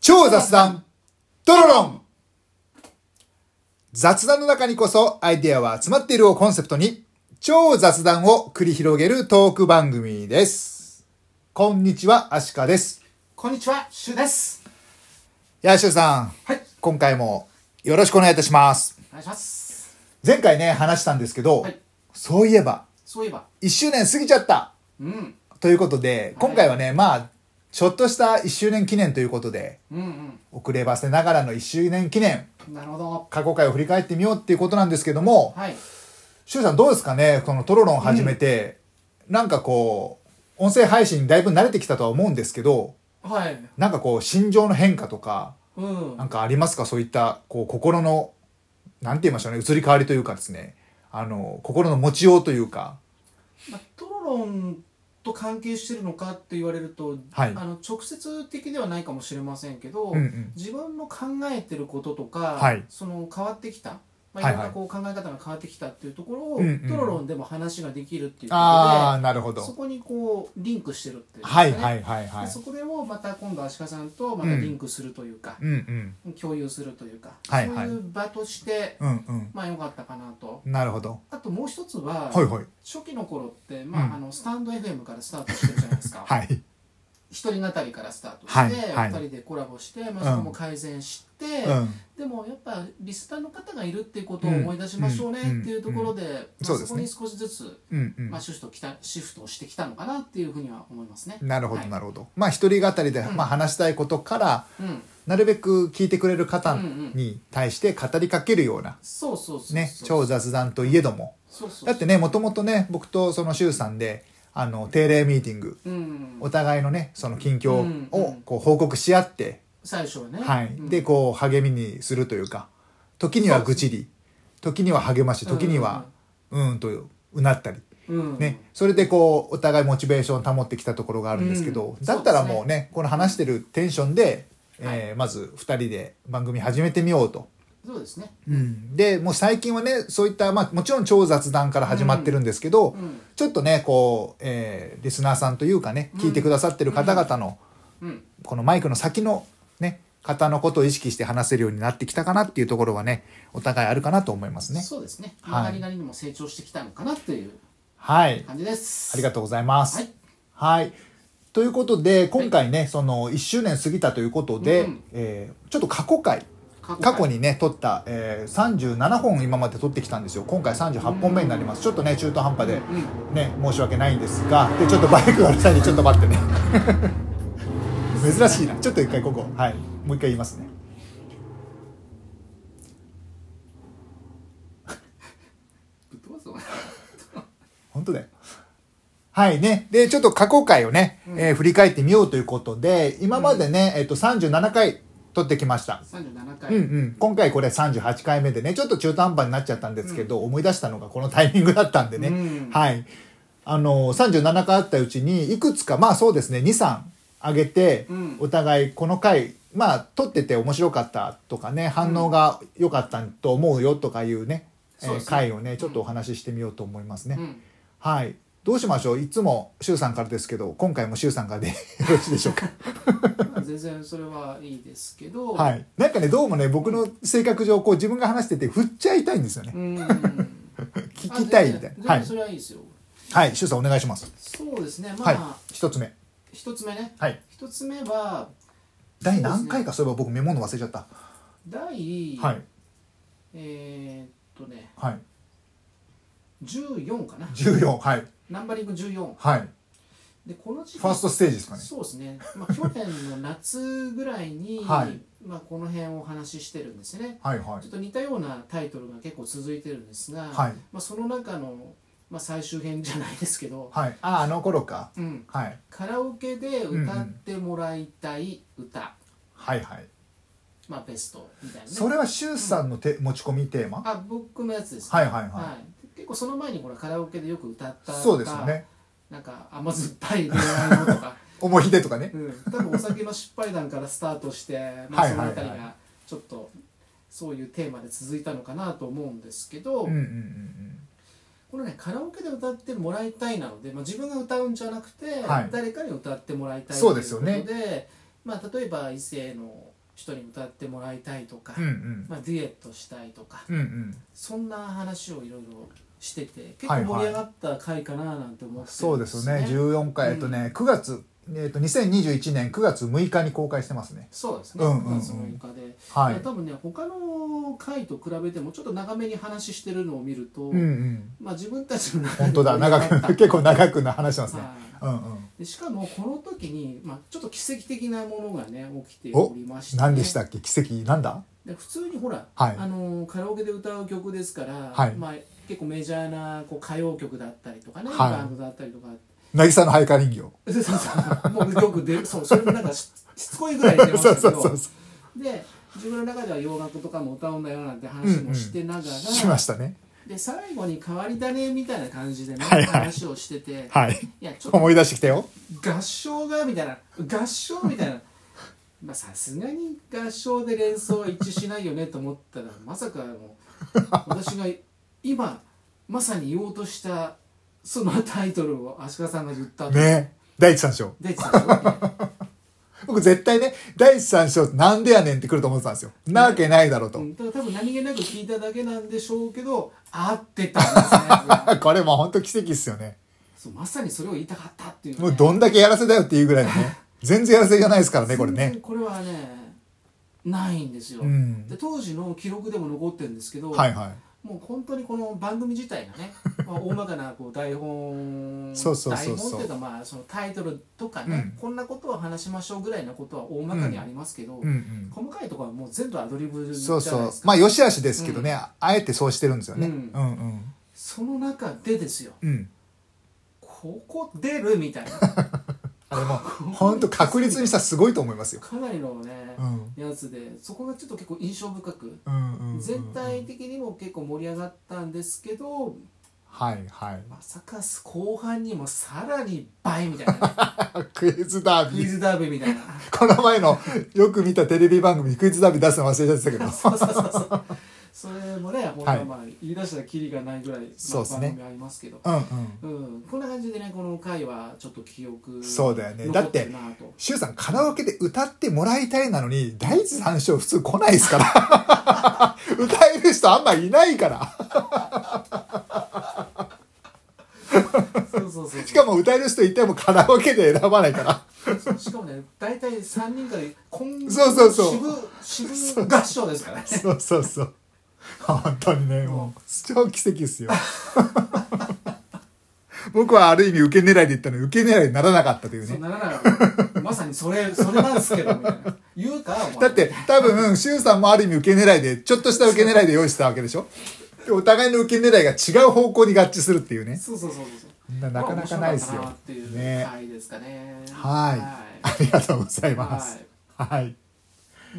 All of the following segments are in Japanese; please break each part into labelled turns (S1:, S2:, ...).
S1: 超雑談トロロン雑談の中にこそアイデアは集まっているをコンセプトに超雑談を繰り広げるトーク番組です。こんにちは、アシカです。
S2: こんにちは、シュです。
S1: ヤシュさん、
S2: はい、
S1: 今回もよろしくお願いいたします。
S2: お願いします。
S1: 前回ね、話したんですけど、
S2: はい
S1: そういえば、
S2: そういえば、
S1: 1周年過ぎちゃった
S2: うん、
S1: ということで、今回はね、まあ、ちょっとした1周年記念ということで、
S2: うん、
S1: 遅ればせながらの1周年記念、
S2: うん、なるほど。
S1: 過去回を振り返ってみようっていうことなんですけども、
S2: はい、
S1: シュウさんどうですかねこのトロロン始めて、なんかこう、音声配信にだいぶ慣れてきたとは思うんですけど、
S2: はい、
S1: なんかこう、心情の変化とか、
S2: うん
S1: な、んかありますかそういった、こう、心の、なんて言いましょうね、移り変わりというかですね、あの、心の持ちようというか、
S2: まあ、トロロンと関係してるのかって言われると、
S1: はい
S2: あの直接的ではないかもしれませんけど、
S1: うんうん
S2: 自分の考えてることとか、
S1: はい
S2: その変わってきた、まあ、い
S1: はいはい
S2: ろんなこう考え方が変わってきたっていうところを、
S1: うんうん
S2: トロロンでも話ができるっていう
S1: あ
S2: こ
S1: ー、なるほ
S2: とで、そ
S1: ど。
S2: こにこうリンクしてるっていう、
S1: はいはいはいは
S2: で
S1: い。
S2: そこでもまた今度足利さんとまたリンクするというか、
S1: うんうん。
S2: 共有するというか、
S1: はいはい
S2: そういう場として
S1: うん
S2: まあ良かったかなと
S1: うん。なるほど。
S2: あともう一つは、
S1: はいはい。
S2: 初期の頃って、まあ
S1: うん
S2: あのスタンド FM からスタートしてるじゃないですか、
S1: はい。
S2: 一人語りからスタートして、
S1: はいはい
S2: 2人でコラボして、まあ、そこも改善して、
S1: うん。
S2: でもやっぱリスナーの方がいるっていうことを思い出しましょうねっていうところで、まあ
S1: そうですね
S2: そこに少しずつ、
S1: うんうん
S2: まあ、。シフトきたシフトをしてきたのかなっていうふうには思いますね。
S1: なるほど
S2: はい
S1: なるほど。まあ、一人語りで、
S2: うん
S1: まあ、話したいことから、
S2: うん、
S1: なるべく聞いてくれる方
S2: うんうん
S1: に対して語りかけるような、
S2: そうそうそうそう
S1: ね、超雑談といえども。
S2: そうそう
S1: だってね、もともとね、僕とその周さんで、あの、定例ミーティング、
S2: うん
S1: お互いのね、その近況
S2: うんう
S1: を
S2: ん
S1: こう報告し合って、
S2: 最初はね、
S1: はい。
S2: うん
S1: で、こう、励みにするというか、時には愚痴り、時には励まし、時には、うんとうなったり、
S2: うん
S1: ね、それでこうお互いモチベーションを保ってきたところがあるんですけど、
S2: うん
S1: だったら
S2: そうですね
S1: もうねこの話してるテンションで、
S2: はい
S1: えーまず2人で番組始めてみようと、
S2: そうですね、
S1: でもう最近はねそういった、まあ、もちろん超雑談から始まってるんですけど、
S2: うん
S1: ちょっとねこう、えーリスナーさんというかね聞いてくださってる方々の、
S2: うん、
S1: このマイクの先のね方のことを意識して話せるようになってきたかなっていうところはねお互いあるかなと思いますね。
S2: そうですね、
S1: はい
S2: 曲がりなりにも成長してきたのかなという
S1: はい
S2: 感じです
S1: ありがとうございます。
S2: はい
S1: はい。ということで、今回ね、その1周年過ぎたということで、
S2: うん
S1: えーちょっと過去回、
S2: 過
S1: 過去にね、撮った、えー37本今まで撮ってきたんですよ。今回38本目になります。ちょっとね、中途半端で、ね、申し訳ないんですが、で、ちょっとバイクがうるさいんで、ちょっと待って ね。珍しいな。ちょっと一回ここ、はい。もう一回言いますね。
S2: どうぞ
S1: 本当だよ。はいね。で、ちょっと過去回をね、えー振り返ってみようということで、今までね、えっと、37回撮ってきました。
S2: 37
S1: うんう
S2: 回
S1: ん、今回これ38回目でねちょっと中途半端になっちゃったんですけど、思い出したのがこのタイミングだったんでね、
S2: うん
S1: はいあの37回あったうちにいくつかまあそうですね23上げて、
S2: うん
S1: お互いこの回まあ撮ってて面白かったとかね反応が良かったと思うよとかいうね、
S2: うん
S1: えー
S2: そうですね
S1: 回をねちょっとお話ししてみようと思いますね、
S2: うん
S1: はいどうしましょういつも周さんからですけど今回も周さんからで よろしいでしょうか
S2: まあ全然それはいいですけど、
S1: はい、なんかねどうもね僕の性格上こう自分が話してて振っちゃいたいんですよね
S2: うん
S1: 聞きたいみたいな
S2: は
S1: はいい
S2: それはいいですよ
S1: はい周さんお願いします
S2: そうですねま
S1: はい
S2: あ
S1: 一つ目
S2: 一つ目ね
S1: はい
S2: 一つ目は
S1: 第何回かそういえば僕メモるの忘れちゃった
S2: 第
S1: はい
S2: えーっとね
S1: はい
S2: 14かな
S1: 14はい
S2: ナンバリング14
S1: はい
S2: でこの時期
S1: ファーストステージですかね
S2: そうですね、まあ、去年の夏ぐらい に、
S1: はい
S2: まあ、この辺をお話ししてるんですね
S1: はいは
S2: ちょっ
S1: い
S2: と似たようなタイトルが結構続いてるんですが、
S1: はい
S2: まあ、その中の、まあ、最終編じゃないですけど、
S1: はいああの頃か
S2: うん、
S1: はい
S2: カラオケで歌ってもらいたい歌、
S1: はいはい
S2: まあ、ベストみたいな、ね、
S1: それは周さんのて持ち込みテーマは
S2: あ僕のやつです
S1: いは
S2: ね
S1: いは
S2: はい結構その前にほらカラオケでよく歌った
S1: い
S2: とか
S1: そうですよね
S2: なんか甘酸っぱい恋愛のとか
S1: 思い出とかね
S2: うん、多分お酒の失敗談からスタートして、まあ、
S1: はい
S2: その
S1: はいはい
S2: 辺りがちょっとそういうテーマで続いたのかなと思うんですけど、
S1: うんうんうんうん
S2: このねカラオケで歌ってもらいたいなので、まあ、自分が歌うんじゃなくて、
S1: はい
S2: 誰かに歌ってもらいたい
S1: そうですよね
S2: ということでまあ、例えば異性の人に歌ってもらいたいとか、
S1: うんうん
S2: まあ、デュエットしたいとか
S1: うんうん
S2: そんな話をいろいろしてて結
S1: は
S2: 構
S1: いはい
S2: 盛り上がった回かななんて思ってるん
S1: そうですよね14回、
S2: うん
S1: えっとね9月えっと2021年9月6日に公開してますね
S2: そうですね
S1: うんうんうん
S2: 9月6日で、
S1: はい
S2: いや多分ね他の回と比べてもちょっと長めに話してるのを見ると、
S1: うんう ん
S2: まあ自分たちの中で
S1: 本当 だ長
S2: 盛り上
S1: く
S2: がった
S1: 結構長くな話してますね
S2: はい
S1: うんうん
S2: でしかもこの時に、まあ、ちょっと奇跡的なものがね起きて
S1: お
S2: おりまして、
S1: 何でしたっけ奇跡なんだ
S2: で普通にほら、
S1: はい
S2: あのーカラオケで歌う曲ですから、
S1: はい
S2: まあ、結構メジャーなこう歌謡曲だったりとかね、
S1: はい
S2: バンドだったりとか
S1: 渚のハイカリン業
S2: そうそうそうもうよく出るそうそれもなんかししつこいぐらい出まし
S1: そう
S2: たけ
S1: そう
S2: ど
S1: そうそ
S2: で自分の中では洋楽とかも歌うんだよなんて話もしてながら、
S1: うしましたね
S2: で最後に変わり種みたいな感じでね、
S1: はいはい
S2: 話をしてて、
S1: はい
S2: いやちょっと
S1: 思い出してきたよ
S2: 合唱がみたいな合唱みたいな まあさすがに合唱で連想は一致しないよねと思ったらまさかもう私が今まさに言おうとしたそのタイトルを足利さんが言ったと
S1: ね第一三章
S2: でちょっと
S1: 僕絶対ね第一三章なんでやねんってくると思ってたんですよなわけないだろうと、
S2: うんだから多分何気なく聞いただけなんでしょうけど合ってたんです ね
S1: これもう本当奇跡っすよね
S2: そうまさにそれを言いたかったっていう、ね、
S1: もうどんだけやらせだよっていうぐらいのね全然やらせじゃないですからねこれ
S2: 全
S1: ね
S2: 然これはねないんですよ、
S1: うん
S2: で当時の記録でも残ってるんですけど、
S1: はいはい
S2: もう本当にこの番組自体が ね、まあ、大まかなこう台本
S1: そうそうそうそう
S2: 台本っていうかまあそのタイトルとかね、
S1: うん
S2: こんなことを話しましょうぐらいなことは大まかにありますけど、
S1: うんうん
S2: 細かいところはもう全部アドリブじ
S1: そう
S2: ゃない
S1: そ
S2: で
S1: う
S2: すか
S1: まあよしあしですけどね、あえてそうしてるんですよね、う
S2: うんん、
S1: うんうん
S2: その中でですよ
S1: うん
S2: ここ出るみ たいな
S1: あれも本当確率にしたらすごいと思いますよ、
S2: かなりのね
S1: う、ん、
S2: やつでそこがちょっと結構印象深く
S1: うんうんうん
S2: 全体的にも結構盛り上がったんですけど
S1: はいはい
S2: まさか後半にもさらに倍みた いなね
S1: クイズダー
S2: クイ
S1: ビー
S2: ズダービーみ たいな。
S1: この前のよく見たテレビ番組にクイズダービー出すの忘れちゃってたけど
S2: そうそうそうそうそれもね、本当
S1: は
S2: はいまあ言い出したらキリがないぐらい、まあ
S1: そうですね
S2: 番組ありますけど、
S1: うんうん
S2: うん、こんな感じでね、この回はちょっと記憶
S1: そうだよね
S2: 残るなと
S1: シュウさんカラオケで歌ってもらいたいなのに第一三章普通来ないですから 歌える人あんまいないから
S2: そうそうそう
S1: しかも歌える人いてもカラオケで選ばないから
S2: そうしかもね、大体3人からこん
S1: そうそうそう
S2: 渋渋合唱ですからね
S1: そうそうそう本当にねもう超奇跡ですよ 僕はある意味受け狙いで言ったのに受け狙いにならなかったという
S2: そう
S1: ね
S2: ならないまさにそれそれなんですけどみたいな言うかお前
S1: だって多分シュウさんもある意味受け狙いでちょっとした受け狙いで用意したわけでしょでお互いの受け狙いが違う方向に合致するっていうね
S2: そうそうそうそう
S1: ななかなかないですよ
S2: まあ面白かったなっていう
S1: ね
S2: 回ですかね
S1: はいありがとうございます
S2: はい
S1: はい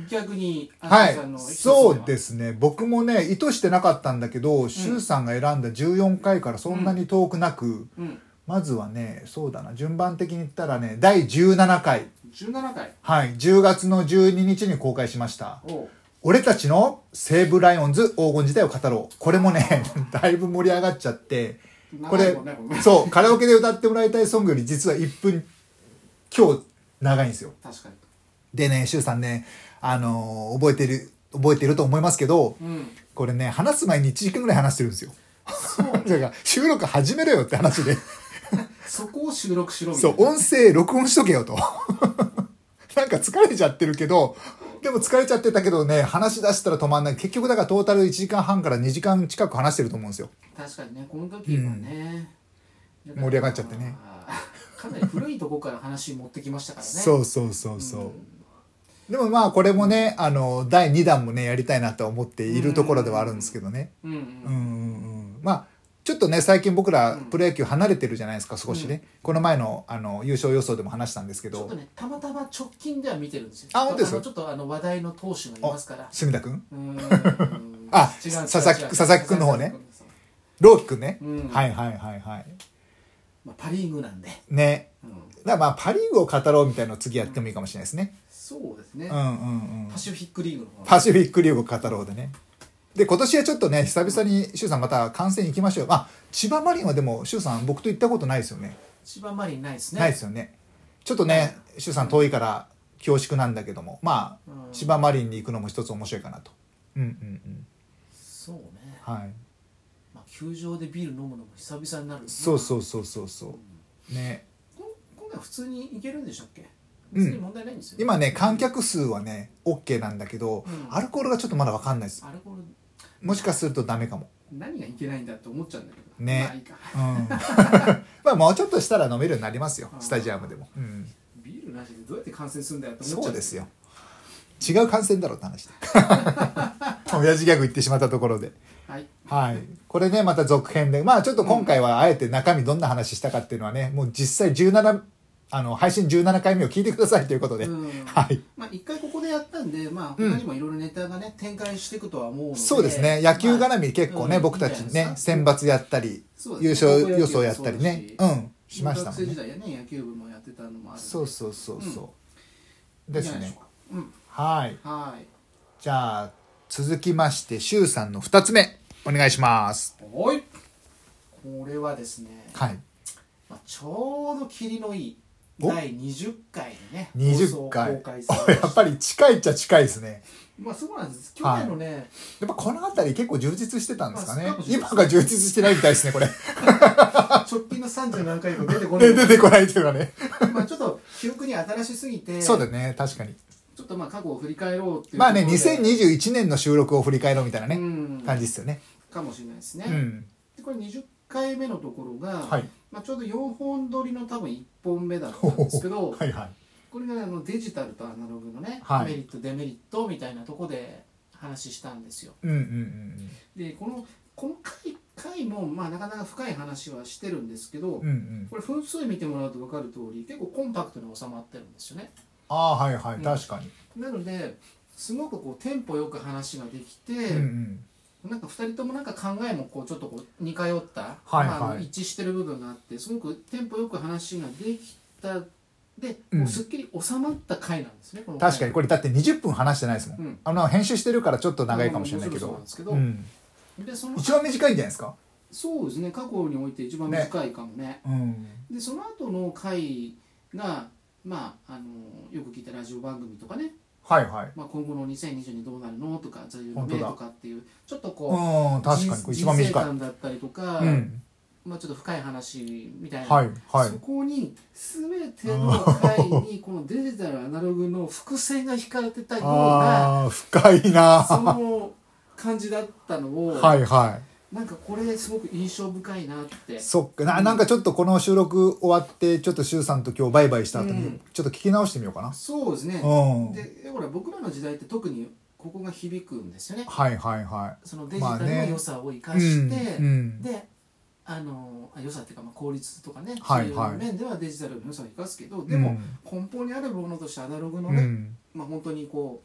S2: 逆に、
S1: は
S2: あ
S1: い
S2: さんの、。
S1: そうですすね僕もね意図してなかったんだけど、シュウさんが選んだ14回からそんなに遠くなく、
S2: うん、
S1: まずはねそうだな順番的に言ったらね第17回
S2: 17回。
S1: はい10月の12日に公開しました
S2: おう
S1: 「俺たちの西武ライオンズ黄金時代を語ろう」これもね だいぶ盛り上がっちゃってこ
S2: 長い
S1: れ
S2: もんねこれ
S1: そうカラオケで歌ってもらいたいソングより実は1分今日長いんですよ
S2: 確かに。
S1: でね周さんねあのー覚えてる覚えてると思いますけど
S2: うん。
S1: これね話す前に1時間ぐらい話してるんですよ
S2: そう。
S1: だから収録始めろよって話で
S2: そこを収録しろみた
S1: そ、
S2: いうな。
S1: 音声録音しとけよと。 なんか疲れちゃってるけど、でも疲れちゃってたけどね、話し出したら止まんない。結局だからトータル1時間半から2時間近く話してると思うんですよ。
S2: 確かにね、この時はね。だから
S1: 盛り上がっちゃってね。
S2: かなり古いとこから話持ってきましたからね。
S1: そうそうそうそう。でもまあこれもね、あの、第2弾もね、やりたいなとは思っているところではあるんですけどね。
S2: うん。う
S1: うん
S2: ん。
S1: うんうん。まあ、ちょっとね、最近僕らプロ野球離れてるじゃないですか、少しね。この前のあの優勝予想でも話したんですけ
S2: ちょっ
S1: ど
S2: と、ね、たまたま直近では見てるんですよ。
S1: あ本当ですか
S2: のちょっとあの話題の投手がいますから。
S1: 隅田くん
S2: うーん
S1: あ
S2: 違う違う違う
S1: 佐々木佐々木君の方ね
S2: 佐々木君です
S1: ローキくんね。
S2: うん
S1: はいはいはいはい。
S2: まあ、パ・リーグなんで、
S1: ね。
S2: うん、
S1: だからまあパ・リーグを語ろうみたいなのを次やってもいいかもしれないですね、
S2: そうですね、
S1: うんうんうん
S2: パシフィックリーグの方
S1: パシフィックリーグを語ろうでねで今年はちょっとね久々に周さんまた観戦行きましょうよあ千葉マリンはでも周さん僕と行ったことないですよね
S2: 千葉マリンないですね
S1: ないですよねちょっとね周さん遠いから恐縮なんだけどもまあ
S2: うん
S1: 芝マリンに行くのも一つ面白いかなとうんうんうん
S2: そうね、
S1: はい
S2: まあ、球場でビール飲むのも久々になるね
S1: そうそうそうそうそうね
S2: こ今回普通に行けるんでしたっけ
S1: うん
S2: 別に問題ないんですよ、
S1: 今ね観客数はね OK なんだけどアルコールがちょっとまだ分かんないです
S2: アルコール
S1: もしかするとダメかも
S2: 何がいけないんだって思っちゃうんだけど
S1: ね
S2: まあいい
S1: う
S2: か
S1: ん まあもうちょっとしたら飲めるようになりますよスタジアムでも、うん、
S2: ビールなしでどうやって感染するんだよって思っち
S1: そ
S2: ゃ
S1: う
S2: う
S1: ですよ違う感染だろうって話で 親父ギャグ言ってしまったところで
S2: はい
S1: はいこれねまた続編でまあちょっと今回はあえて中身どんな話したかっていうのはねもう実際17あの配信17回目を聞いてくださいということで、
S2: うん
S1: はい
S2: まあ一回ここでやったんでまあ
S1: うん
S2: 他にもいろいろネタがね展開していくとは思うので
S1: そうですね野球
S2: まあ
S1: 絡み結構ね、
S2: うん
S1: 僕たち
S2: いいんじゃな
S1: ね
S2: いですか
S1: 選抜やったり
S2: そう
S1: 優
S2: ですね
S1: 勝予想やったりね
S2: 高校野球もそうだ
S1: うんしましたもん
S2: 中学生
S1: ね
S2: 時代やね野球部もやってたのもある
S1: そうそうそうそう、ですね
S2: ううん
S1: はい
S2: はい
S1: じゃあ続きましてしゅうさんの2つ目お願いします
S2: おいこれはですね、
S1: はい
S2: まあ、ちょうど霧のいい
S1: お
S2: 第20回でね
S1: 20回
S2: 放送公 開され
S1: や
S2: ま
S1: っ
S2: した
S1: ぱり近いっちゃ近いですね
S2: まあそうなんです去年のね、
S1: やっぱこの辺り結構充実してたんですかね
S2: まあそう
S1: 今が充実してないみたいですねこ れ
S2: 直近の30何回も出てこない
S1: ね出てこないっていうのはね
S2: まあちょっと記憶に新しすぎて
S1: そうだね確かに
S2: ちょっとまあ過去を振り返ろうっていう
S1: まあね
S2: ところで
S1: 2021年の収録を振り返ろうみたいなね
S2: うん
S1: 感じですよね
S2: かもしれないですね、
S1: うん
S2: でこれ20回目のところが、
S1: はい
S2: まあ、ちょうど4本撮りの多分1本目だったんですけど、
S1: はいはい
S2: これがあのデジタルとアナログのね、
S1: はい
S2: メリットデメリットみたいなとこで話したんですよ
S1: うんうんうん
S2: でこのこの回回もまあなかなか深い話はしてるんですけど、
S1: うんうんうん
S2: これ分数見てもらうと分かる通り結構コンパクトに収まってるんですよね
S1: ああはいはい
S2: うん
S1: 確かに
S2: なのですごくこうテンポよく話ができて、
S1: うんうん
S2: なんか2人ともなんか考えもこうちょっとこう似通った、
S1: はいはい
S2: まああの一致してる部分があってすごくテンポよく話ができたで、
S1: うん
S2: もうすっきり収まった回なんですねこの回
S1: 確かにこれだって20分話してないですも
S2: うんん
S1: あの編集してるからちょっと長いかもしれないけ
S2: まあ
S1: ど
S2: まあもちろんそ
S1: う
S2: うなんで
S1: ん
S2: すけど、でその
S1: 一番短いんじゃないですか
S2: そうですね過去において一番短いかもね
S1: うん
S2: でその後の回がまああのよく聞いたラジオ番組とかね、
S1: はいはい
S2: まあ、今後の2020にどうなるのとか座右の
S1: 本当
S2: 銘
S1: だ
S2: とかっていうちょっとこう
S1: うん確かにこ
S2: 人
S1: れ一番
S2: 人生
S1: 短い
S2: 観だったりとか、
S1: うん
S2: まあ、ちょっと深い話みたいな
S1: はいはい
S2: そこに全ての回にこのデジタルアナログの伏線が引かれてたような
S1: ああー深いな
S2: その感じだったのを、
S1: はいは
S2: なんかこれすごく印象深いなって
S1: いそっかななんかちょっとこの収録終わってちょっと周さんと今日バイバイした後
S2: う
S1: に
S2: ん
S1: ちょっと聞き直してみようかな
S2: そうですね
S1: うんはい
S2: でほら僕らの時代って特にここが響くんですよね
S1: はいはい
S2: そのデジ
S1: ま
S2: タル
S1: あ
S2: の
S1: ね
S2: 良さを生か
S1: う
S2: し
S1: ん
S2: て、
S1: うん
S2: であのあ良さっていうかまあ効率とかね、
S1: はい
S2: そう
S1: はい
S2: いう面ではデジタルの良さを生かすけどでも、根本にあるものとしてアナログのね、
S1: うん
S2: まあ、本当にこ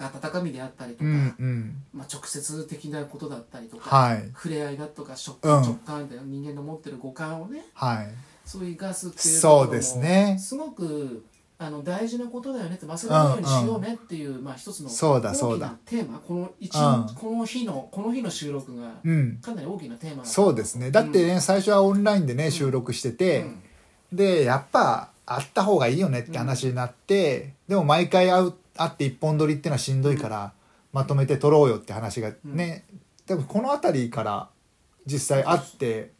S2: う温かみであったり
S1: う
S2: とか、
S1: んうん
S2: まあ、直接的なことだったりとか、
S1: はい
S2: 触れ合いだとか食
S1: うん
S2: 感、直感みたいな人間の持ってる五感をね
S1: はい
S2: そういうガスっていうところ
S1: そ
S2: も
S1: うですね
S2: すごくあの大事なことだよねって忘れないようにしようねっていう、まあ、一つの
S1: そうだ
S2: 大き
S1: そうだ
S2: なテーマこの一、
S1: うん
S2: この日のこの日の収録が
S1: うん
S2: かなり大きなテーマだ
S1: そうですねだって、ね最初はオンラインでね収録して
S2: うん
S1: て、
S2: うん
S1: でやっぱ会った方がいいよねって話になって、でも毎回会う会って一本撮りってのはしんどいから、まとめて撮ろうよって話がね、でもこの辺りから実際会って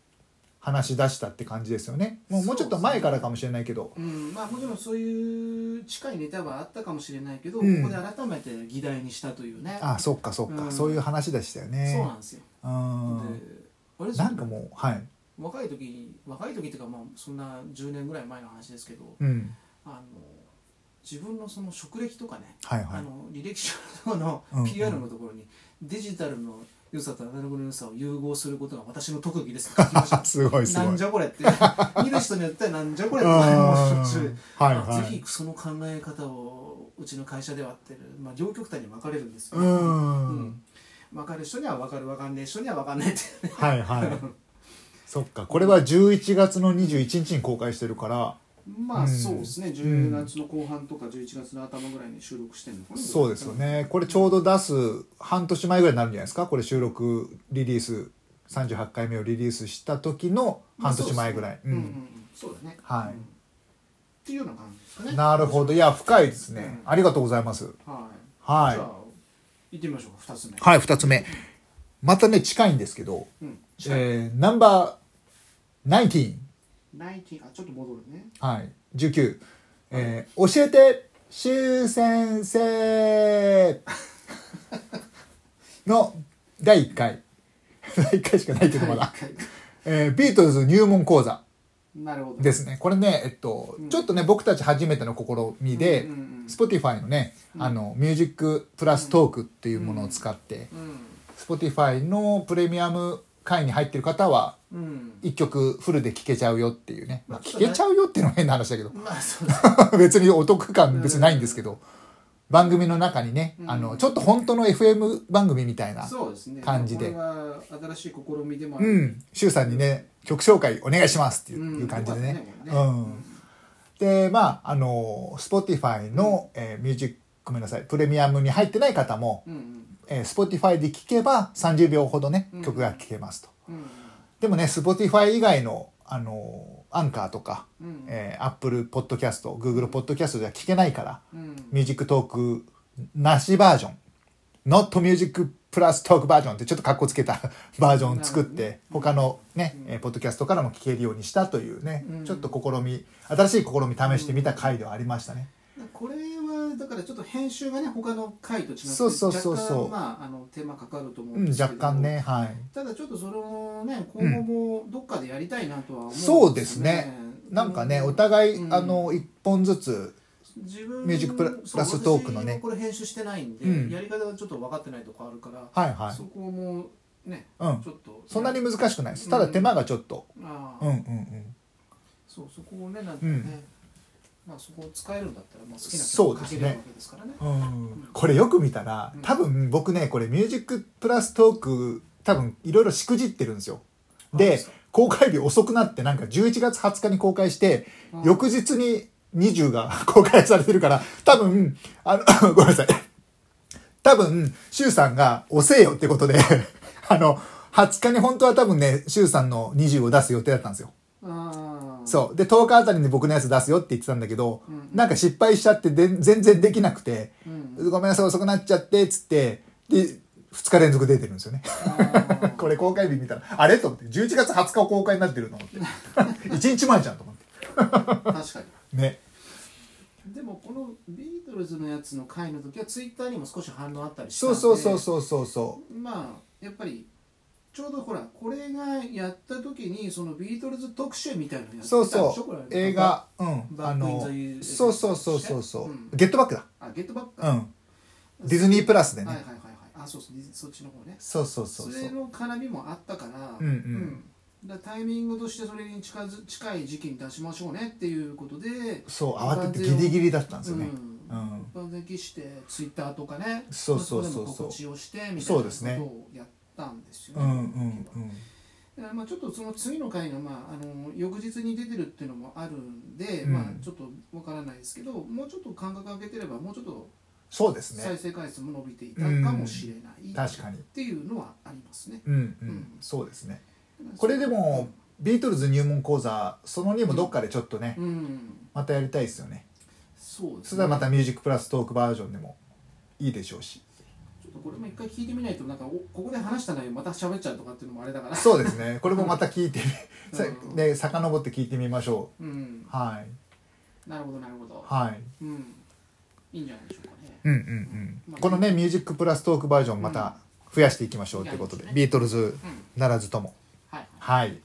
S1: 話し出したって感じですよねもうもうちょっと前からかもしれないけど
S2: うんまあ、もちろんそういう近いネタはあったかもしれないけど、
S1: うん
S2: ここで改めて議題にしたというね
S1: あそっかそっか、
S2: うん
S1: そういう話でしたよ
S2: そう
S1: ね
S2: なんですよ
S1: うん
S2: であれですよ
S1: なんかもうはい
S2: 若い時若い時っていうかまあそんな10年ぐらい前の話ですけど
S1: うん
S2: あの自分のその職歴とかね、
S1: はいは
S2: あ
S1: い
S2: の履歴書の
S1: うんうん
S2: PR のところにデジタルの良さとアナログの良さを融合することが私の特技ですって書きまし
S1: あ
S2: た
S1: すごいすごい
S2: なんじ
S1: ゃ
S2: ゃこれって見る人によってはなんじゃこれって
S1: は
S2: もうしょっちゅう
S1: いは
S2: あ
S1: い
S2: ぜひその考え方をうちの会社ではってる、まあ、両極端に分かれるんですけ
S1: う
S2: ど、
S1: ん、
S2: うん分かる人には分かる分かんない人には分かんないっていうね
S1: はいはいそっかこれは11月の21日に公開してるから
S2: まあ、
S1: うん
S2: そうですね10月の後半とか11月の頭ぐらいに収録してるのかな、
S1: そうですよねこれちょうど出す半年前ぐらいになるんじゃないですかこれ収録リリース38回目をリリースした時の
S2: まあ
S1: 半年前ぐらい、
S2: そうですねうん
S1: う
S2: うん
S1: ん
S2: うんそうだね
S1: はい
S2: うんっていうような感じですかね
S1: なるほどいや深いですねありがとうございます
S2: はい、
S1: はい
S2: じゃあ行ってみましょうか2つ目
S1: はい2つ目またね近いんですけど、
S2: うん
S1: えーナンバー19
S2: ナイティあちょっと戻るね
S1: はい19、えー教えてしゅう先生の第1回 第1回しかないけどまだ、えービートルズ入門講座
S2: なるほど
S1: ですねこれねえっと、
S2: うん
S1: ちょっとね僕たち初めての試みで、
S2: うんうんうん
S1: Spotify のね、あのミュージックプラストークっていうものを使って、Spotify のプレミアム会に入ってる方は
S2: うん、うん、
S1: 1曲フルで聴けちゃうよっていうね、まあ、
S2: まあそ
S1: 聴
S2: うだね
S1: けちゃうよっていうのは変な話だけど
S2: まあそうだ
S1: 別にお得感別にないんですけど、番組の中にね、あのちょっと本当の FM 番組みたいな
S2: そうですね
S1: 感じで
S2: これは新しい試みでもあ
S1: う
S2: る、
S1: ん周さんにね曲紹介お願いしますっていう,、
S2: うん
S1: 感じでね
S2: よかっ
S1: う
S2: たねこれね
S1: んでまああの Spotify の、えーミュージックごめんなさいプレミアムに入ってない方も、
S2: うんうん
S1: えー、Spotify で聴けば30秒ほどね
S2: うん
S1: 曲が聴けますと、
S2: うん
S1: でもね Spotify 以外のあのアンカーとか、
S2: うん
S1: えー、Apple Podcast Google Podcast では聴けないから
S2: うん
S1: ミュージックトークなしバージョン Not Music Plus Talk バージョンってちょっとカッコつけた バージョンを作って、
S2: なる
S1: 他のね、えーポッドキャストからも聴けるようにしたというね、
S2: うん
S1: ちょっと試み新しい試み試してみた回ではありましたね、
S2: これはだからちょっと編集がね他の回と違って
S1: そうそうそうそう
S2: 若干まああの手間かかると思う
S1: うんん
S2: ですけど、
S1: 若干ねはい
S2: ただちょっとそのね今後もどっかでやりたいなとは思うん
S1: そうですねなんかね、お互い、
S2: うん
S1: あの1本ずつ
S2: 自分
S1: ミュージックプラ
S2: そう
S1: プラストークのね
S2: 私もこれ編集してないんで、
S1: うん
S2: やり方がちょっと分かってないとこあるから、
S1: はいはい
S2: そこもね
S1: うん
S2: ちょっと
S1: そんなに難しくないですた
S2: う
S1: だ
S2: ん
S1: 手間がちょっと、
S2: あ
S1: う
S2: あ、
S1: んうんうん
S2: そうそこをねなんかね、まあそこを使えるんだったらまあ好きな
S1: そうで
S2: か
S1: す
S2: け
S1: ね
S2: れるわけですからね
S1: うんこれよく見たら
S2: うん
S1: 多分僕ねこれ「ミュージックプラストーク」多分いろいろしくじってるんですよ
S2: あ
S1: で
S2: そう
S1: 公開日遅くなってなんか11月20日に公開して
S2: うん
S1: 翌日に20が 公開されてるから多分あの ごめんなさい多分周さんが「押せよ」ってことで あの20日に本当は多分ね周さんの20を出す予定だったんですよ
S2: ああ
S1: そう。で、10日あたりに僕のやつ出すよって言ってたんだけど、
S2: うん
S1: なんか失敗しちゃってで全然できなくて、
S2: う、うん、
S1: ごめんなさい、遅くなっちゃって、つって、で、2日連続出てるんですよね。
S2: あ
S1: これ公開日見たら、あれと思って、11月20日公開になってると思って。1日前 じゃんと思って。
S2: あ確かに
S1: ね。
S2: でもこのビートルズのやつの回の時はツイッターにも少し反応あったりしたん
S1: そう
S2: で
S1: そうそうそうそうそう
S2: まあやっぱりちょうどほらこれがやった時にそのビートルズ特集みたいなの
S1: う。
S2: やってた
S1: そ
S2: ん
S1: う
S2: でしょ
S1: そ
S2: こ
S1: う。
S2: れ
S1: 映画、うん。
S2: バ
S1: あ
S2: ックイン
S1: の
S2: ザユー、
S1: そうそうそうそうそう
S2: うん。
S1: ゲットバックだ。
S2: あゲットバック
S1: う
S2: か、
S1: ん。ディズニープラスで
S2: はいはい
S1: ね。
S2: はいはいあそうそうそっちの方ね
S1: そうそうそう
S2: そ
S1: そ
S2: れ
S1: う。
S2: の絡みもあったから、
S1: うんうん
S2: うんだからタイミングとしてそれに近づ近い時期に出しましょうねっていうことで
S1: そう、慌ててギリギリだったんですよね。
S2: う
S1: うんん。
S2: 一般的にしてツイッターとかね
S1: そうそうそうそう
S2: まあこでも告知をしてみたいな
S1: そうですね
S2: ことをやったんですよ
S1: う
S2: ね、
S1: んうんうん。
S2: だからまあちょっとその次の回が、まあ、あの翌日に出てるっていうのもあるんで、
S1: うん
S2: まあ、ちょっとわからないですけどもうちょっと間隔空けてればもうちょっと
S1: そうです
S2: 再
S1: ね。
S2: 生回数も伸びていたかもしれない、っ
S1: 確かに。
S2: ていうのはありますね。
S1: うんうん、
S2: うん
S1: そうですね。これでも、ビートルズ入門講座、その2もどっかでちょっとね、
S2: うん
S1: またやりたいですよね。
S2: そうです
S1: それはまたミュージックプラストークバージョンでもいいでしょうし。
S2: ちょっとこれも一回聞いてみないとなんかおここで話した内容また喋っちゃうとかっていうのもあれだから
S1: そうです ね。これもまた聞いてみ、さ
S2: うん
S1: ね、遡って聞いてみましょ
S2: うん
S1: う。はい。
S2: なるほどなるほど
S1: はい。
S2: うんいいんじゃないでしょうかね
S1: うんうんう
S2: ま
S1: ん。
S2: あ
S1: このね、ミュージックプラストークバージョンまた増やしていきましょうということで、ビートルズならずとも。
S2: はい、
S1: はい。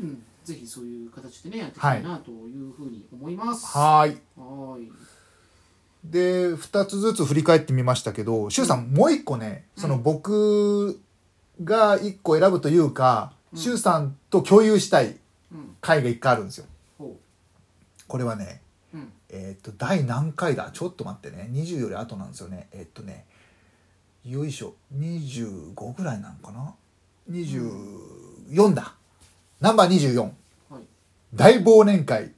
S2: うん、ぜひそういう形でねやっていきたいなというふうに思います
S1: はい。
S2: はーい
S1: で2つずつ振り返ってみましたけど柊さん、もう一個ねその僕が一個選ぶというか柊、さんと共有したい
S2: うん
S1: 回が一回あるんですよ
S2: ほ
S1: これはね
S2: ううん
S1: えっ、と第何回だちょっと待ってね20より後なんですよねえっ、とねよいしょ25ぐらいなんかな24だ、ナンバー24
S2: はい
S1: 大忘年会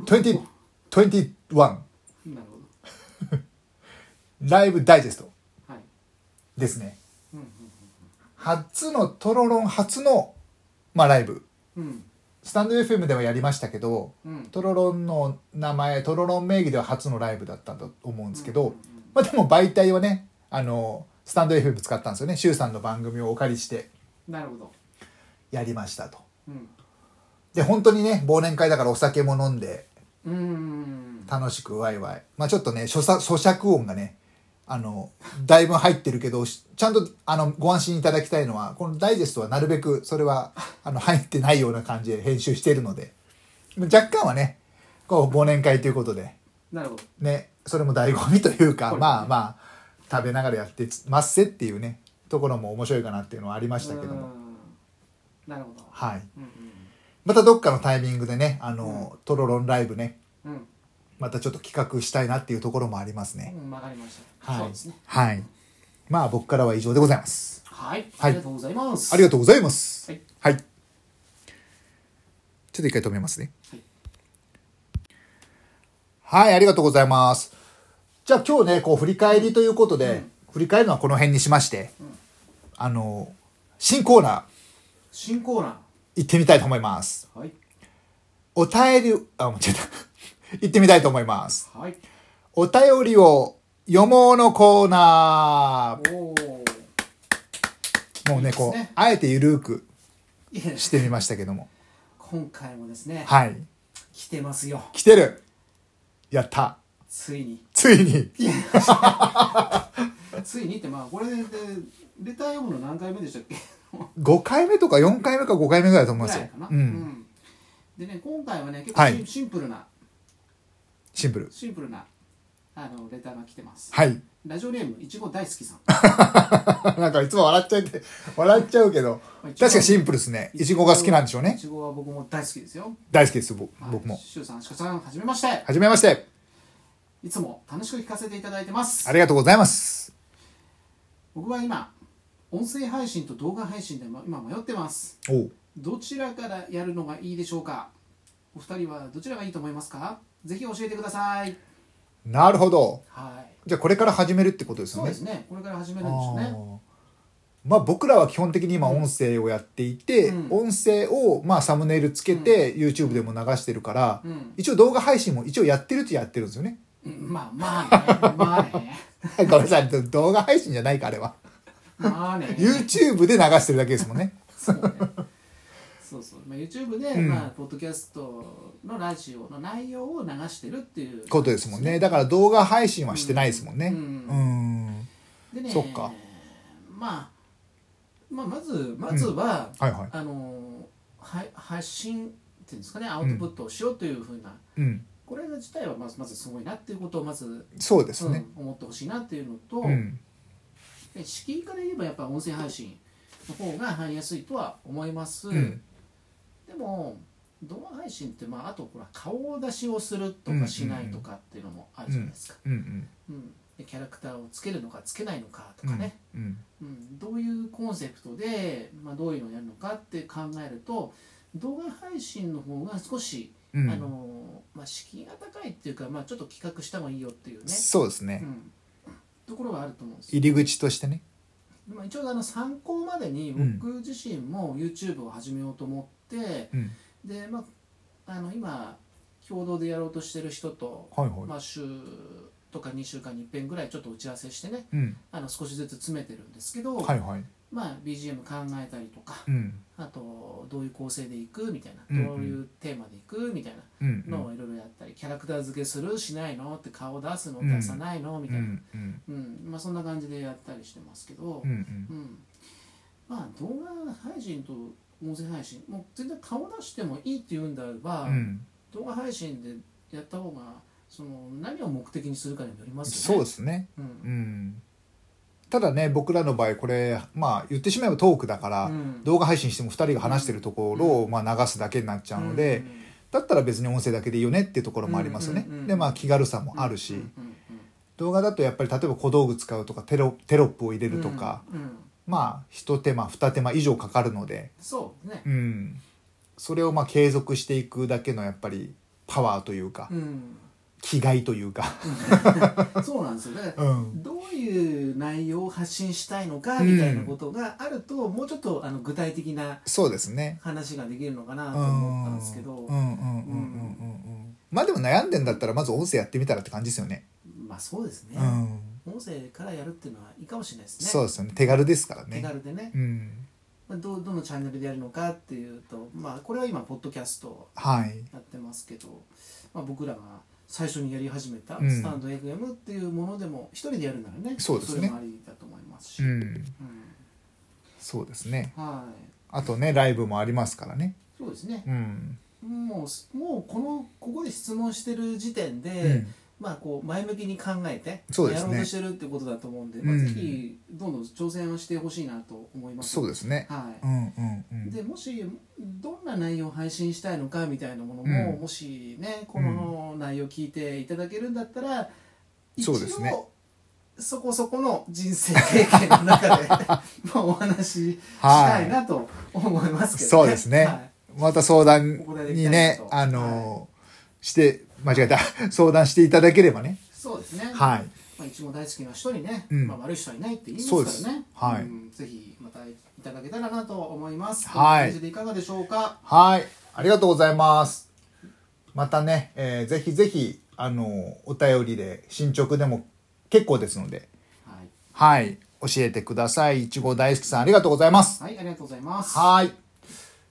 S1: 2021
S2: なるほ
S1: ライブダイジェスト
S2: どはい
S1: ですね
S2: うん
S1: 初のトロロン初の、まあ、ライブ
S2: うんうん
S1: スタンド FM ではやりましたけど
S2: うん
S1: トロロンの名前トロロン名義では初のライブだったんだと思うんですけど、まあ、でも媒体はねあのスタンド FM 使ったんですよね周さんの番組をお借りして
S2: なるほど、
S1: やりましたと
S2: うん、
S1: で本当にね忘年会だからお酒も飲んで
S2: うーん
S1: 楽しくワイワイまあちょっとね咀嚼咀嚼音がねあのだいぶ入ってるけどしちゃんとあのご安心いただきたいのはこのダイジェストはなるべくそれはあの入ってないような感じで編集しているので若干はねこう忘年会ということで
S2: なるほど
S1: ねそれも醍醐味というか
S2: はい
S1: まあまあ食べながらやってますせっていうねところも面白いかなっていうのはありましたけど
S2: う
S1: も
S2: ーんなるほど
S1: はい
S2: うん
S1: またどっかのタイミングでねあの、トロロンライブね
S2: うんうん
S1: またちょっと企画したいなっていうところもありますね、
S2: うんわかりました、
S1: はい、
S2: そうですね
S1: はい。まあ僕からは以上でございます。
S2: はい
S1: は
S2: あ
S1: い
S2: りがとうございます、
S1: ありがとうございます。
S2: はい
S1: はい。ちょっと一回止めますね。
S2: はい
S1: はい、ありがとうございます。じゃあ今日ね、こう振り返りということで、
S2: うん
S1: 振り返るのはこの辺にしまして、あの、新コーナー
S2: 新コーナ
S1: 行ってみたいと思います。
S2: ーはい
S1: お便り、あ、間違えた。 行ってみたいと思います。
S2: はい
S1: お便りを読もうのコーナ
S2: おお
S1: ー。もうね、
S2: いいです
S1: こう
S2: ね、
S1: あえてゆるーく
S2: いや
S1: してみましたけども。
S2: 今回もですね、
S1: はい。
S2: 来てますよ
S1: 来てるやった
S2: ついに
S1: ついに
S2: ついにってまあこれででレター読むの何回目でした っけ
S1: 5回目とか4回目か5回目ぐらいだと思いま
S2: ぐ
S1: す
S2: ら
S1: よ
S2: いかな、
S1: うん、
S2: でね今回はね結
S1: は
S2: 構シン,、
S1: い
S2: プルな
S1: シンプル
S2: シンプルなあのレターが来てます
S1: はい
S2: ラジオネームいちご大好きさん
S1: なんかいつも笑っちゃいて笑っちゃうけど確かシンプルですねいちごが好きなんでしょう
S2: い
S1: ね
S2: ちごは僕も大好きですよ
S1: 大好きです僕
S2: はい
S1: 僕も
S2: シュウさんしかさんはじめまして
S1: はじめまして
S2: いつも楽しく聞かせていただいてます
S1: ありがとうございます
S2: 僕は今音声配信と動画配信でま今迷ってます
S1: おう
S2: どちらからやるのがいいでしょうかお二人はどちらがいいと思いますかぜひ教えてください
S1: なるほど
S2: はい
S1: じゃあこれから始めるってことです
S2: そ
S1: よ
S2: う
S1: ね
S2: ですねこれから始め
S1: あ
S2: るんでしょうね
S1: ーまあ僕らは基本的に今音声をやっていて、
S2: う
S1: 音声をまあサムネイルつけて YouTube でも流してるから、
S2: うん
S1: 一応動画配信も一応やってるっちゃやってるんですよね。
S2: うんまあまあねまあね
S1: ごめんなさい、動画配信じゃないか、あれは。
S2: まあ ね
S1: YouTube で流してるだけですもんね。
S2: そうねそうそう、まあ、YouTube で、
S1: ん
S2: まあ、ポッドキャストのラジオの内容を流してるっていう
S1: ことですもんね。だから動画配信はしてないですもんね。う
S2: うん
S1: ん。
S2: でね
S1: そっか
S2: まあ、まあまずまずは、
S1: はいはい。
S2: あのは発信っていうんですかねアウトプットをしようというふうな、
S1: うん。
S2: これ自体はまずまずすごいなっていうことをまず、
S1: そうですね。
S2: うん思ってほしいなっていうのと、
S1: うん。
S2: で敷居から言えばやっぱ音声配信の方が入りやすいとは思います、
S1: うん
S2: でも動画配信って、まあ、あとほら顔出しをすると
S1: うんうんう
S2: か
S1: ん
S2: しないとかっていうのもあるじゃないですか、
S1: うんうん。
S2: うんでキャラクターをつけるのかつけないのかとかね、
S1: うん。
S2: うんどういうコンセプトで、まあ、どういうのをやるのかって考えると動画配信の方が少し、
S1: うん。
S2: あのまあ、敷居が高いっていうか、まあ、ちょっと企画した方がいいよっていうね、
S1: そうです
S2: う
S1: ね。
S2: ん、ところはあると思うんですよ
S1: 入り口としてね。
S2: まあ、一応あの参考までに
S1: うん
S2: 僕自身も YouTube を始めようと思って、
S1: うん。
S2: で、まあ、あの今共同でやろうとしてる人と、
S1: はいは
S2: まあ、週とか2週間に一遍ぐらいちょっと打ち合わせしてね
S1: い。うん。
S2: あの少しずつ詰めてるんですけど、
S1: はいはい。
S2: まあ、BGM 考えたりとか
S1: うん。
S2: あとどういう構成でいくみたいな、
S1: うんうん
S2: どういうテーマでいくみたいな
S1: うん。う
S2: の
S1: ん
S2: をいろいろやったりキャラクター付けするしないのって顔出すの
S1: うん
S2: 出さないのみ
S1: う
S2: たいな、
S1: ん。うん。
S2: うんまあ、そんな感じでやったりしてますけど。
S1: うんうん。
S2: うん、まあ動画配信と音声配信もう全然顔出してもいいっていうんであれば、
S1: うん。
S2: 動画配信でやった方がその何を目的にするかにもよります
S1: そう
S2: よ
S1: で
S2: ね。う
S1: すね。うんん。ただね、僕らの場合、これ、まあ言ってしまえばトークだから、
S2: うん
S1: 動画配信しても2人が話してるところをまあ流すだけになっちゃうので、だったら別に音声だけでいいよねっていうところもありますよね、
S2: うんうんうん
S1: でまあ気軽さもあるし、動画だとやっぱり例えば小道具使うとかテロテロップを入れるとか、、
S2: うんうんうんうん
S1: まあ一手間二手間以上かかるので、
S2: そうね
S1: う、ん、それをまあ継続していくだけのやっぱりパワーというか、
S2: うん
S1: 気概というか、
S2: そうなんですよだから、
S1: うん
S2: どういう内容を発信したいのかみたいなことがあると、もうちょっとあの具体的な
S1: そうですね
S2: 話ができるのかな
S1: う
S2: と思ったんですけど、
S1: んうんうんうんうんうんまあでも悩んでんだったらまず音声やってみたらって感じですよね
S2: まあそうですね
S1: う、ん
S2: 音声からやるっていうのはいいかもしれないですね
S1: そうですよね手軽ですからね
S2: 手軽でね、
S1: うん
S2: まあ、どうどのチャンネルでやるのかっていうとまあこれは今ポッドキャスト
S1: はい
S2: やってますけど、まあ、僕らが最初にやり始めた
S1: うん
S2: スタンド FM っていうものでも一人でやるならね
S1: そうですね
S2: れもありだと思いますし、
S1: うん
S2: うん
S1: そうですね
S2: はい
S1: あとねライブもありますからね
S2: そうですね
S1: うん、
S2: もうすもうこのここで質問してる時点で、
S1: うん
S2: まあこう前向きに考えて
S1: そうですね
S2: やろうとしてるってことだと思うんで、まあ、
S1: うん
S2: ぜひどんどん挑戦をしてほしいなと思います
S1: そうですね
S2: はい、
S1: うんうんうん
S2: でもしどんな内容を配信したいのかみたいなものも、
S1: うん
S2: もしねこの内容を聞いていただけるんだったら、一
S1: そ
S2: 応
S1: うですね
S2: そこそこの人生経験の中 でまあお話ししたいなと思いますけど、
S1: そうですね
S2: はい
S1: また相談にね
S2: お答えできた
S1: あ
S2: らと
S1: のーして間違えた 相談していただければね
S2: そうですね、い
S1: はい
S2: まあ、一も大好きな人にね、
S1: うん
S2: まあ、悪い人はいないって言いますからね
S1: そうですはい
S2: んぜひまたいただけたらなと思います
S1: はい
S2: こんな感じでいかがでしょうか
S1: はいありがとうございますまたね、えーぜひぜひあのーお便りで進捗でも結構ですので
S2: はい、
S1: はい教えてくださいいちご大好きさんありがとうございます
S2: はい、ありがとうございます
S1: はい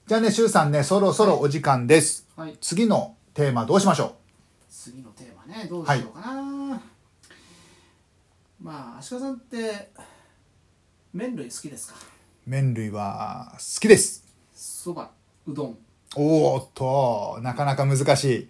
S1: じゃあねしゅうさんねそろそろお時間です、
S2: はい
S1: 次のテーマどうしましょ
S2: 次のテーマねどうしようかな、まあ足利さんって麺類好きですか
S1: う麺類は好きです
S2: そばうどん
S1: おーっと、なかなか難しい。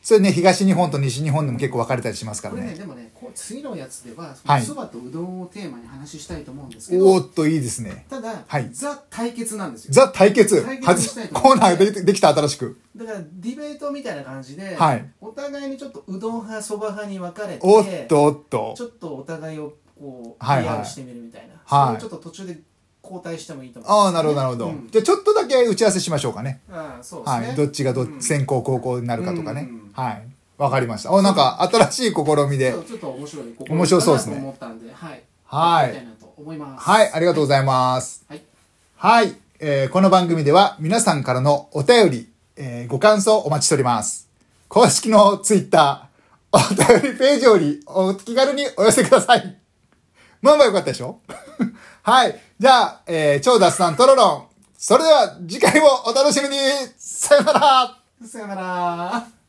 S1: それね、東日本と西日本でも結構分かれたりしますか
S2: こ
S1: ら
S2: れね
S1: ね。
S2: でもねこう次のやつでは
S1: はい
S2: そば、とうどんをテーマに話したいと思うんですけ
S1: お
S2: ど
S1: ーっと、いいですね。
S2: ただ、
S1: はい
S2: ザ対決なんですよ
S1: ザ対決
S2: 対決
S1: は
S2: したい
S1: ず
S2: と思います
S1: コーナーできできた新しく。
S2: だからディベートみたいな感じで、
S1: はい
S2: お互いにちょっとうどん派そば派に分かれて
S1: おっとおっと
S2: ち。ょっとお互いをこう
S1: はいはい
S2: 言い合うしてみるみたいな、
S1: はい
S2: それをちょっと途中で交代してもいいと思
S1: ああ、
S2: うんですよね、
S1: なるほど、なるほど。
S2: うん
S1: じゃあちょっとだけ打ち合わせしましょうかね。
S2: ああそうですね、
S1: はい。どっちがどっ
S2: う、ん
S1: 先行後攻になるかとかね
S2: うん。
S1: はい。わかりました。お、なんか新しい試みで
S2: ちょ。っとちょっと面白い試み
S1: 面白そうですね
S2: かなと思ったんで、はい。
S1: はい
S2: やってみたいなと思います。
S1: はい、ありがとうございます。
S2: はい。
S1: はい。えーこの番組では皆さんからのお便り、えーご感想お待ちしております。公式のツイッター、お便りページよりお気軽にお寄せください。まあまあよかったでしょ はい。じゃあ、えー、超脱さんトロロン。それでは次回もお楽しみにさよなら
S2: さよなら。